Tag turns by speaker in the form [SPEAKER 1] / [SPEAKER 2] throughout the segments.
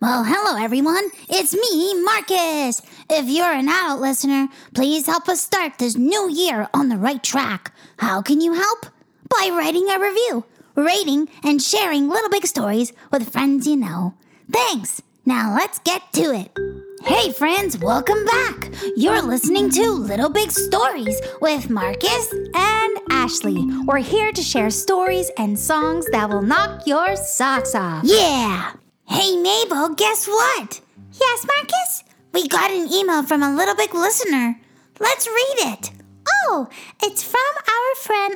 [SPEAKER 1] Well, hello everyone. It's me, Marcus. If you're an adult listener, please help us start this new year on the right track. How can you help? By writing a review, rating, and sharing little big stories with friends you know. Thanks. Now let's get to it. Hey friends, welcome back. You're listening to Little Big Stories with Marcus and Ashley.
[SPEAKER 2] We're here to share stories and songs that will knock your socks off.
[SPEAKER 1] Yeah. Hey, Mabel, guess what? Yes, Marcus? We got an email from a little big listener. Let's read it.
[SPEAKER 2] Oh, it's from our friend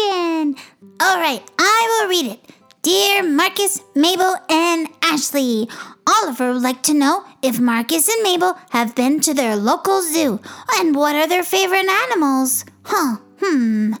[SPEAKER 2] Oliver and Megan.
[SPEAKER 1] All right, I will read it. Dear Marcus, Mabel, and Ashley, Oliver would like to know if Marcus and Mabel have been to their local zoo and what are their favorite animals. Huh, hmm.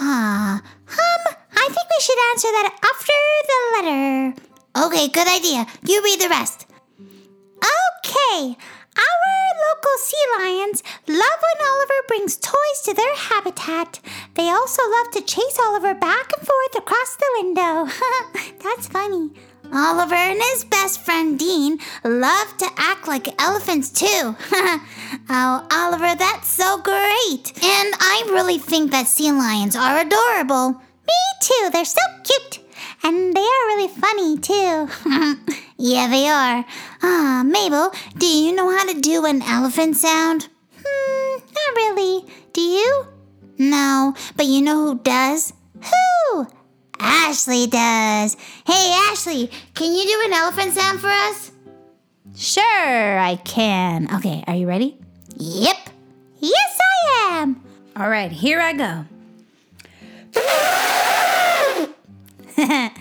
[SPEAKER 1] Ah, hum, I think we should answer that after the letter. Okay, good idea. You read the rest.
[SPEAKER 2] Okay. Our local sea lions love when Oliver brings toys to their habitat. They also love to chase Oliver back and forth across the window. That's funny.
[SPEAKER 1] Oliver and his best friend Dean love to act like elephants too. oh, Oliver, that's so great. And I really think that sea lions are adorable.
[SPEAKER 2] Me too. They're so cute. And they are really funny too.
[SPEAKER 1] Yeah, they are. Ah, Mabel, do you know how to do an elephant sound?
[SPEAKER 2] hmm, not really. Do you?
[SPEAKER 1] No, but you know who does?
[SPEAKER 2] Who?
[SPEAKER 1] Ashley does. Hey, Ashley, can you do an elephant sound for us?
[SPEAKER 2] Sure, I can. Okay, are you ready?
[SPEAKER 1] Yep.
[SPEAKER 2] Yes, I am. All right, here I go. what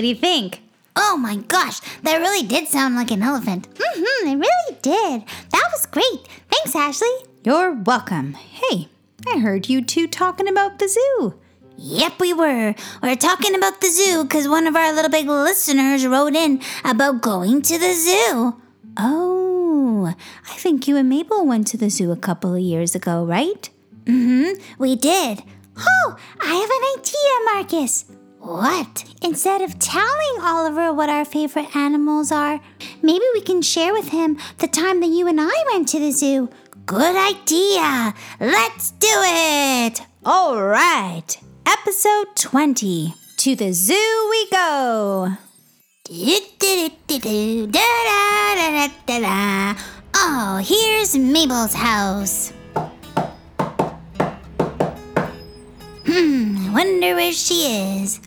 [SPEAKER 2] do you think?
[SPEAKER 1] Oh my gosh, that really did sound like an elephant.
[SPEAKER 2] Mm-hmm, it really did. That was great. Thanks, Ashley. You're welcome. Hey, I heard you two talking about the zoo.
[SPEAKER 1] Yep, we were. We are talking about the zoo because one of our little big listeners wrote in about going to the zoo.
[SPEAKER 2] Oh, I think you and Mabel went to the zoo a couple of years ago, right?
[SPEAKER 1] Mm hmm, we did.
[SPEAKER 2] Oh, I have an idea, Marcus.
[SPEAKER 1] What?
[SPEAKER 2] Instead of telling Oliver what our favorite animals are, maybe we can share with him the time that you and I went to the zoo.
[SPEAKER 1] Good idea. Let's do it.
[SPEAKER 2] All right, episode 20. To the zoo we go.
[SPEAKER 1] Do-do-do-do-do-da-da-da-da-da. Oh, here's Mabel's house. Hmm, I wonder where she is.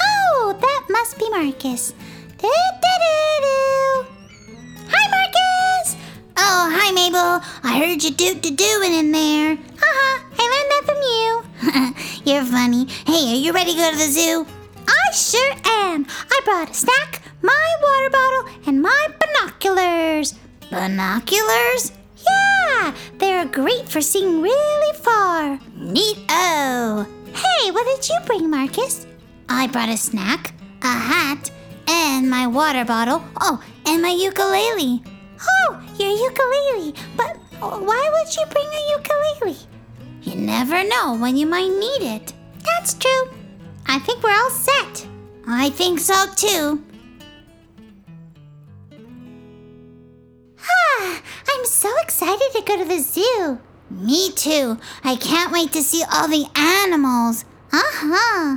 [SPEAKER 2] Oh, that must be Marcus. Do-do-do-do. Hi, Marcus!
[SPEAKER 1] Oh, hi, Mabel. I heard you do do doing in there. Uh-huh.
[SPEAKER 2] Haha, I learned that from you.
[SPEAKER 1] You're funny. Hey, are you ready to go to the zoo?
[SPEAKER 2] I sure am. I brought a snack, my water bottle, and my binoculars.
[SPEAKER 1] Binoculars?
[SPEAKER 2] Yeah, Ah, they're great for seeing really far.
[SPEAKER 1] Neat. Oh,
[SPEAKER 2] Hey, what did you bring, Marcus?
[SPEAKER 1] I brought a snack, a hat, and my water bottle. Oh, and my ukulele.
[SPEAKER 2] Oh, your ukulele. But why would you bring a ukulele?
[SPEAKER 1] You never know when you might need it.
[SPEAKER 2] That's true. I think we're all set.
[SPEAKER 1] I think so too.
[SPEAKER 2] Ah, I'm so excited to go to the zoo.
[SPEAKER 1] Me too. I can't wait to see all the animals. Uh huh.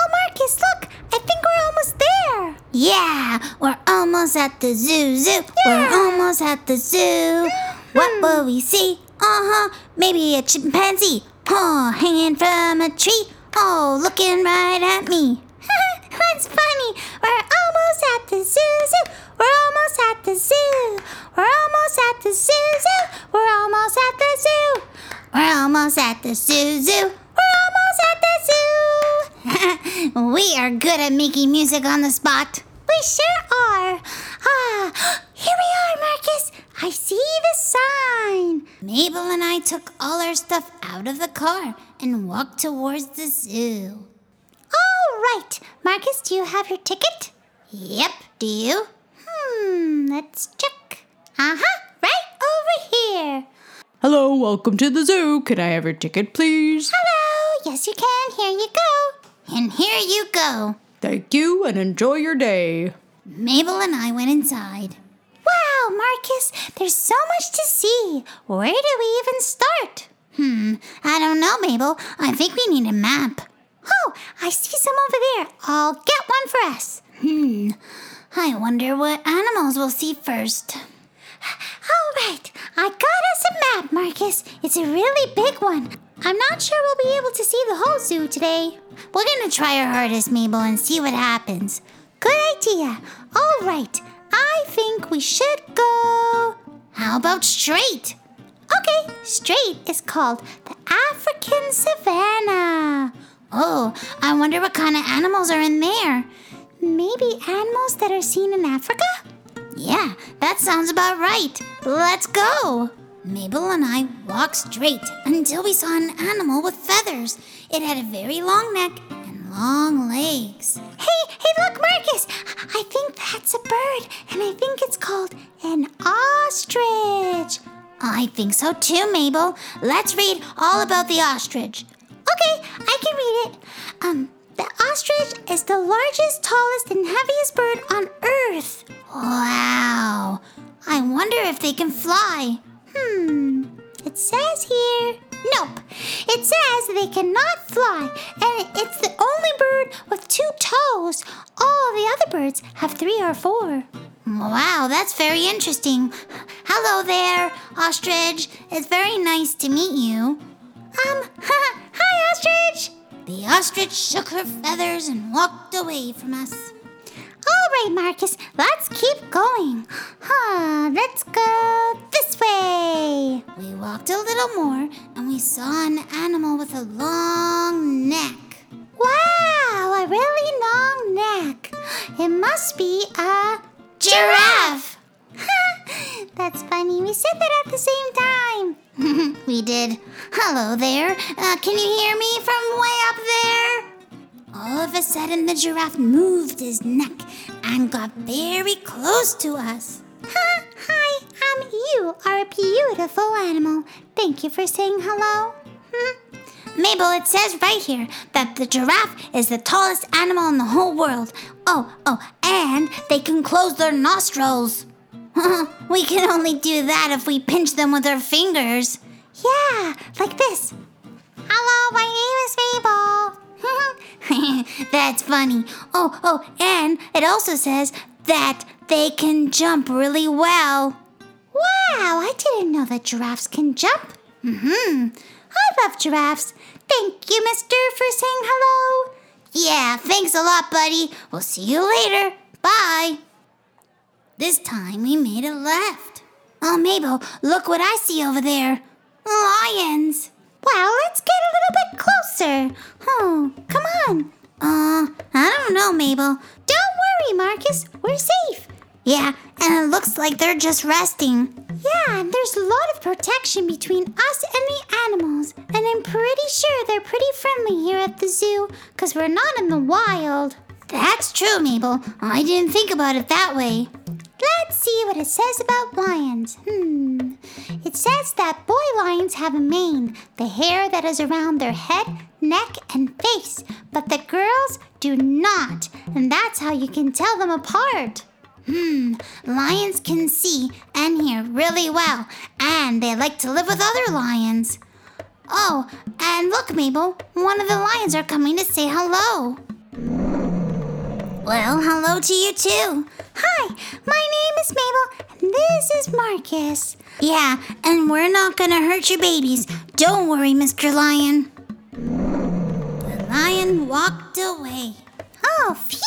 [SPEAKER 2] Oh, Marcus, look! I think we're almost there.
[SPEAKER 1] Yeah, we're almost at the zoo, zoo. We're almost at the zoo. What will we see? Uh huh. Maybe a chimpanzee. Oh, hanging from a tree. Oh, looking right at me.
[SPEAKER 2] That's funny. We're almost at the zoo, zoo. We're almost at the zoo. We're almost at the zoo, zoo. We're almost at the zoo.
[SPEAKER 1] We're almost at the zoo, zoo.
[SPEAKER 2] We're almost at the zoo.
[SPEAKER 1] we are good at making music on the spot.
[SPEAKER 2] We sure are. Ah, here we are, Marcus. I see the sign.
[SPEAKER 1] Mabel and I took all our stuff out of the car and walked towards the zoo.
[SPEAKER 2] All right. Marcus, do you have your ticket?
[SPEAKER 1] Yep, do you?
[SPEAKER 2] Hmm, let's check. Uh
[SPEAKER 1] Uh-huh,
[SPEAKER 2] huh, right over here.
[SPEAKER 3] Hello, welcome to the zoo. Can I have your ticket, please?
[SPEAKER 2] Hello, yes, you can. Here you go.
[SPEAKER 1] And here you go.
[SPEAKER 3] Thank you and enjoy your day.
[SPEAKER 4] Mabel and I went inside.
[SPEAKER 1] Wow, Marcus, there's so much to see. Where do we even start? Hmm,
[SPEAKER 4] I don't know, Mabel. I think we need a map.
[SPEAKER 1] Oh, I see some over there. I'll get one for us. Hmm,
[SPEAKER 4] I wonder what animals we'll see first.
[SPEAKER 1] All right, I got us a map, Marcus. It's a really big one. I'm not sure we'll be able to see the whole zoo today.
[SPEAKER 4] We're gonna try our hardest, Mabel, and see what happens.
[SPEAKER 1] Good idea. All right, I think we should go.
[SPEAKER 4] How about straight?
[SPEAKER 1] Okay, straight is called the African savanna.
[SPEAKER 4] Oh, I wonder what kind of animals are in there.
[SPEAKER 1] Maybe animals that are seen in Africa?
[SPEAKER 4] Yeah, that sounds about right. Let's go. Mabel and I walked straight until we saw an animal with feathers. It had a very long neck and long legs.
[SPEAKER 1] Hey, hey, look, Marcus! I think that's a bird, and I think it's called an ostrich.
[SPEAKER 4] I think so too, Mabel. Let's read all about the ostrich.
[SPEAKER 1] Okay, I can read it. Um, the ostrich is the largest, tallest, and heaviest bird on Earth.
[SPEAKER 4] Wow. I wonder if they can fly.
[SPEAKER 1] Hmm, it says here. Nope. It says they cannot fly, and it's the only bird with two toes. All the other birds have three or four.
[SPEAKER 4] Wow, that's very interesting. Hello there, ostrich. It's very nice to meet you.
[SPEAKER 1] Um, hi, ostrich!
[SPEAKER 4] The ostrich shook her feathers and walked away from us.
[SPEAKER 1] All right, Marcus, let's keep going. Huh, let's go this way.
[SPEAKER 4] We walked a little more and we saw an animal with a long neck.
[SPEAKER 1] Wow, a really long neck. It must be a.
[SPEAKER 4] Giraffe!
[SPEAKER 1] That's funny, we said that at the same time.
[SPEAKER 4] we did. Hello there. Uh, can you hear me from way up there? All of a sudden, the giraffe moved his neck and got very close to us.
[SPEAKER 1] Hi, um, you are a beautiful animal. Thank you for saying hello.
[SPEAKER 4] Hmm? Mabel, it says right here that the giraffe is the tallest animal in the whole world. Oh, oh, and they can close their nostrils. we can only do that if we pinch them with our fingers.
[SPEAKER 1] Yeah, like this. Hello, my name is Mabel.
[SPEAKER 4] That's funny. Oh, oh, and it also says that they can jump really well.
[SPEAKER 1] Wow, I didn't know that giraffes can jump.
[SPEAKER 4] Hmm.
[SPEAKER 1] I love giraffes. Thank you, mister, for saying hello.
[SPEAKER 4] Yeah, thanks a lot, buddy. We'll see you later. Bye. This time we made a left. Oh, Mabel, look what I see over there. Lions.
[SPEAKER 1] Well, let's get a little bit closer. Oh, come on.
[SPEAKER 4] Uh, I don't know, Mabel.
[SPEAKER 1] Don't worry, Marcus. We're safe.
[SPEAKER 4] Yeah, and it looks like they're just resting.
[SPEAKER 1] Yeah, and there's a lot of protection between us and the animals, and I'm pretty sure they're pretty friendly here at the zoo because we're not in the wild.
[SPEAKER 4] That's true, Mabel. I didn't think about it that way.
[SPEAKER 1] Let's see what it says about lions. Hmm. It says that boy lions have a mane, the hair that is around their head, neck, and face, but the girls do not, and that's how you can tell them apart.
[SPEAKER 4] Hmm, lions can see and hear really well, and they like to live with other lions. Oh, and look, Mabel, one of the lions are coming to say hello. Well, hello to you too.
[SPEAKER 1] Hi, my name is Mabel, and this is Marcus.
[SPEAKER 4] Yeah, and we're not gonna hurt your babies. Don't worry, Mr. Lion. The lion walked away.
[SPEAKER 1] Oh, phew!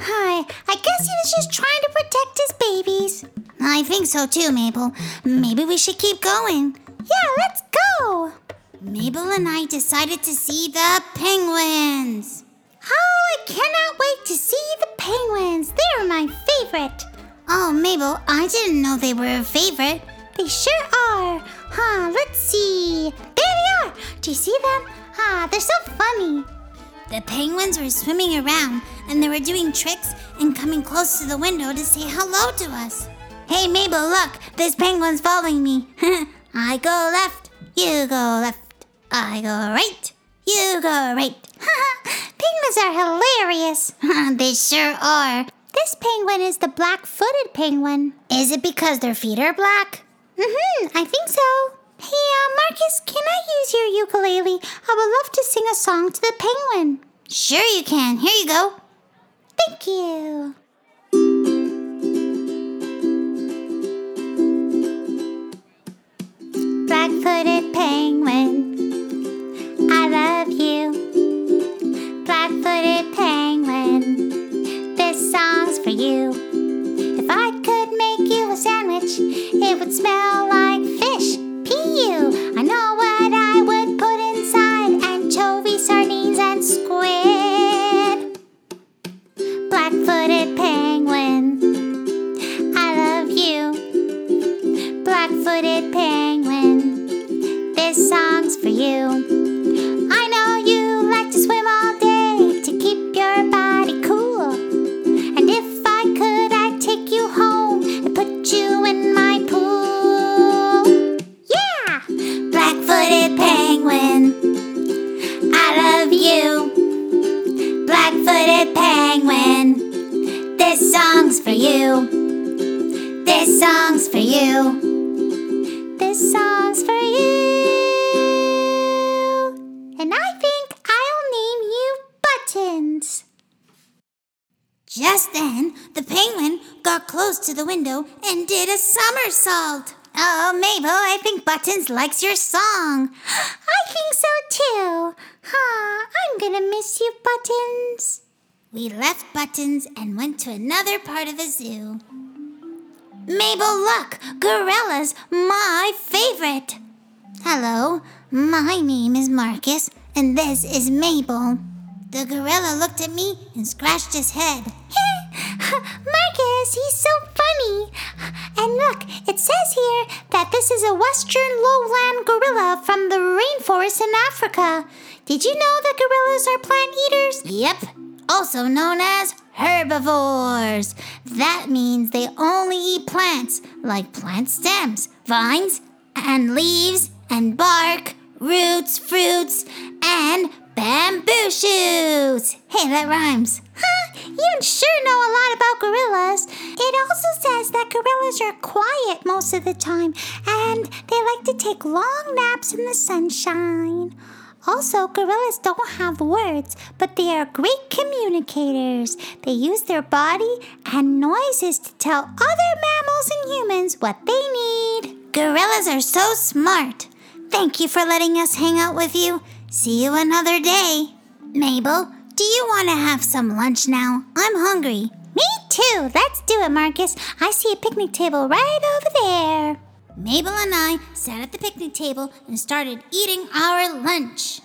[SPEAKER 1] Hi, I guess he was just trying to protect his babies.
[SPEAKER 4] I think so too, Mabel. Maybe we should keep going.
[SPEAKER 1] Yeah, let's go!
[SPEAKER 4] Mabel and I decided to see the penguins.
[SPEAKER 1] Oh, I cannot wait to see the penguins. They are my favorite.
[SPEAKER 4] Oh, Mabel, I didn't know they were a favorite.
[SPEAKER 1] They sure are. Huh, let's see. There they are. Do you see them? Ah, they're so funny.
[SPEAKER 4] The penguins were swimming around and they were doing tricks and coming close to the window to say hello to us. Hey, Mabel, look, this penguin's following me. I go left, you go left. I go right, you go right.
[SPEAKER 1] penguins are hilarious.
[SPEAKER 4] they sure are.
[SPEAKER 1] They This penguin is the black footed penguin.
[SPEAKER 4] Is it because their feet are black?
[SPEAKER 1] Mm-hmm, I think so. Hey, uh, Marcus, can I use your ukulele? I would love to sing a song to the penguin.
[SPEAKER 4] Sure, you can. Here you go.
[SPEAKER 1] Thank you. Black-footed penguin, I love you. Black-footed penguin, this song's for you. If I could make you a sandwich, it would smell like fish. P.U. I know what I would put inside anchovy, sardines, and squid. Black footed penguin, I love you. Black footed penguin, this song's for you. I know you like to swim all day to keep your body cool. And if I could, I'd take you home and put you in my pool. Yeah! Black footed penguin, I love you. Black footed penguin, this song's for you. This song's for you. This song's for you. And I think I'll name you Buttons.
[SPEAKER 4] Just then, the penguin got close to the window and did a somersault. Oh, Mabel, I think Buttons likes your song.
[SPEAKER 1] I think so too. Huh, I'm gonna miss you, Buttons.
[SPEAKER 4] We left Buttons and went to another part of the zoo. Mabel, look! Gorillas, my favorite! Hello, my name is Marcus, and this is Mabel. The gorilla looked at me and scratched his head.
[SPEAKER 1] Marcus, he's so funny. And look, it says here that this is a western lowland gorilla from the rainforest in Africa. Did you know that gorillas are plant eaters?
[SPEAKER 4] Yep, also known as herbivores. That means they only eat plants, like plant stems, vines, and leaves, and bark, roots, fruits, and bamboo shoots. Hey, that rhymes.
[SPEAKER 1] You sure know a lot about gorillas. It also says that gorillas are quiet most of the time and they like to take long naps in the sunshine. Also, gorillas don't have words, but they are great communicators. They use their body and noises to tell other mammals and humans what they need.
[SPEAKER 4] Gorillas are so smart. Thank you for letting us hang out with you. See you another day. Mabel, do you want to have some lunch now? I'm hungry.
[SPEAKER 1] Me too. Let's do it, Marcus. I see a picnic table right over there.
[SPEAKER 4] Mabel and I sat at the picnic table and started eating our lunch.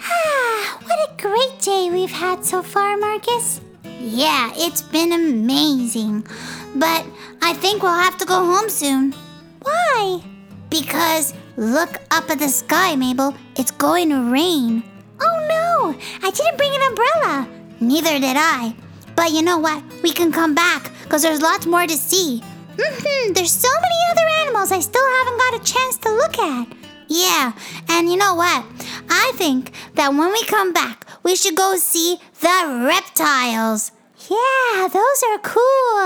[SPEAKER 1] Ah, what a great day we've had so far, Marcus.
[SPEAKER 4] Yeah, it's been amazing. But I think we'll have to go home soon.
[SPEAKER 1] Why?
[SPEAKER 4] Because look up at the sky, Mabel. It's going to rain.
[SPEAKER 1] Oh no, I didn't bring an umbrella.
[SPEAKER 4] Neither did I. But you know what? We can come back because there's lots more to see.
[SPEAKER 1] hmm there's so many other animals I still haven't got a chance to look at.
[SPEAKER 4] Yeah, and you know what? I think that when we come back, we should go see the reptiles.
[SPEAKER 1] Yeah, those are cool.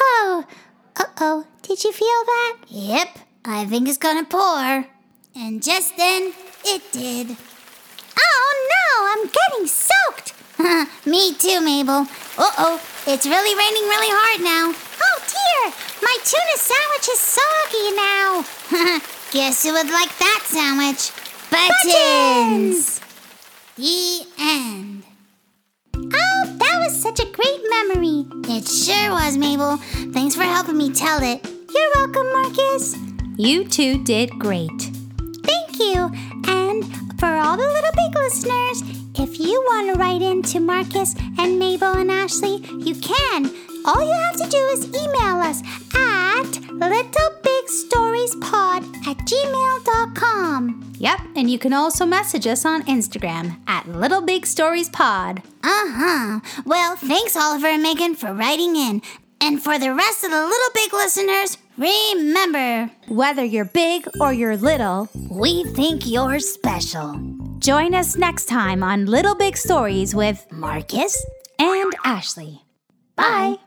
[SPEAKER 1] Oh, uh oh, did you feel that?
[SPEAKER 4] Yep, I think it's gonna pour. And just then, it did.
[SPEAKER 1] Oh no, I'm getting soaked.
[SPEAKER 4] Me too, Mabel. Uh oh, it's really raining really hard now.
[SPEAKER 1] Oh dear, my tuna sandwich is soggy now.
[SPEAKER 4] Guess who would like that sandwich? Buttons!
[SPEAKER 1] Buttons!
[SPEAKER 4] The end.
[SPEAKER 1] Oh, that was such a great memory.
[SPEAKER 4] It sure was, Mabel. Thanks for helping me tell it.
[SPEAKER 1] You're welcome, Marcus.
[SPEAKER 5] You two did great.
[SPEAKER 1] Thank you. And for all the little big listeners, if you want to write in to Marcus and Mabel and Ashley, you can. All you have to do is email us at littlebigsstoriespod at gmail.com.
[SPEAKER 5] Yep, and you can also message us on Instagram at Little Big Stories Pod.
[SPEAKER 4] Uh huh. Well, thanks, Oliver and Megan, for writing in. And for the rest of the little big listeners, remember,
[SPEAKER 5] Whether you're big or you're little,
[SPEAKER 4] we think you're special.
[SPEAKER 5] join us next time on Little Big Stories with
[SPEAKER 4] Marcus?
[SPEAKER 5] and Ashley.
[SPEAKER 1] Bye.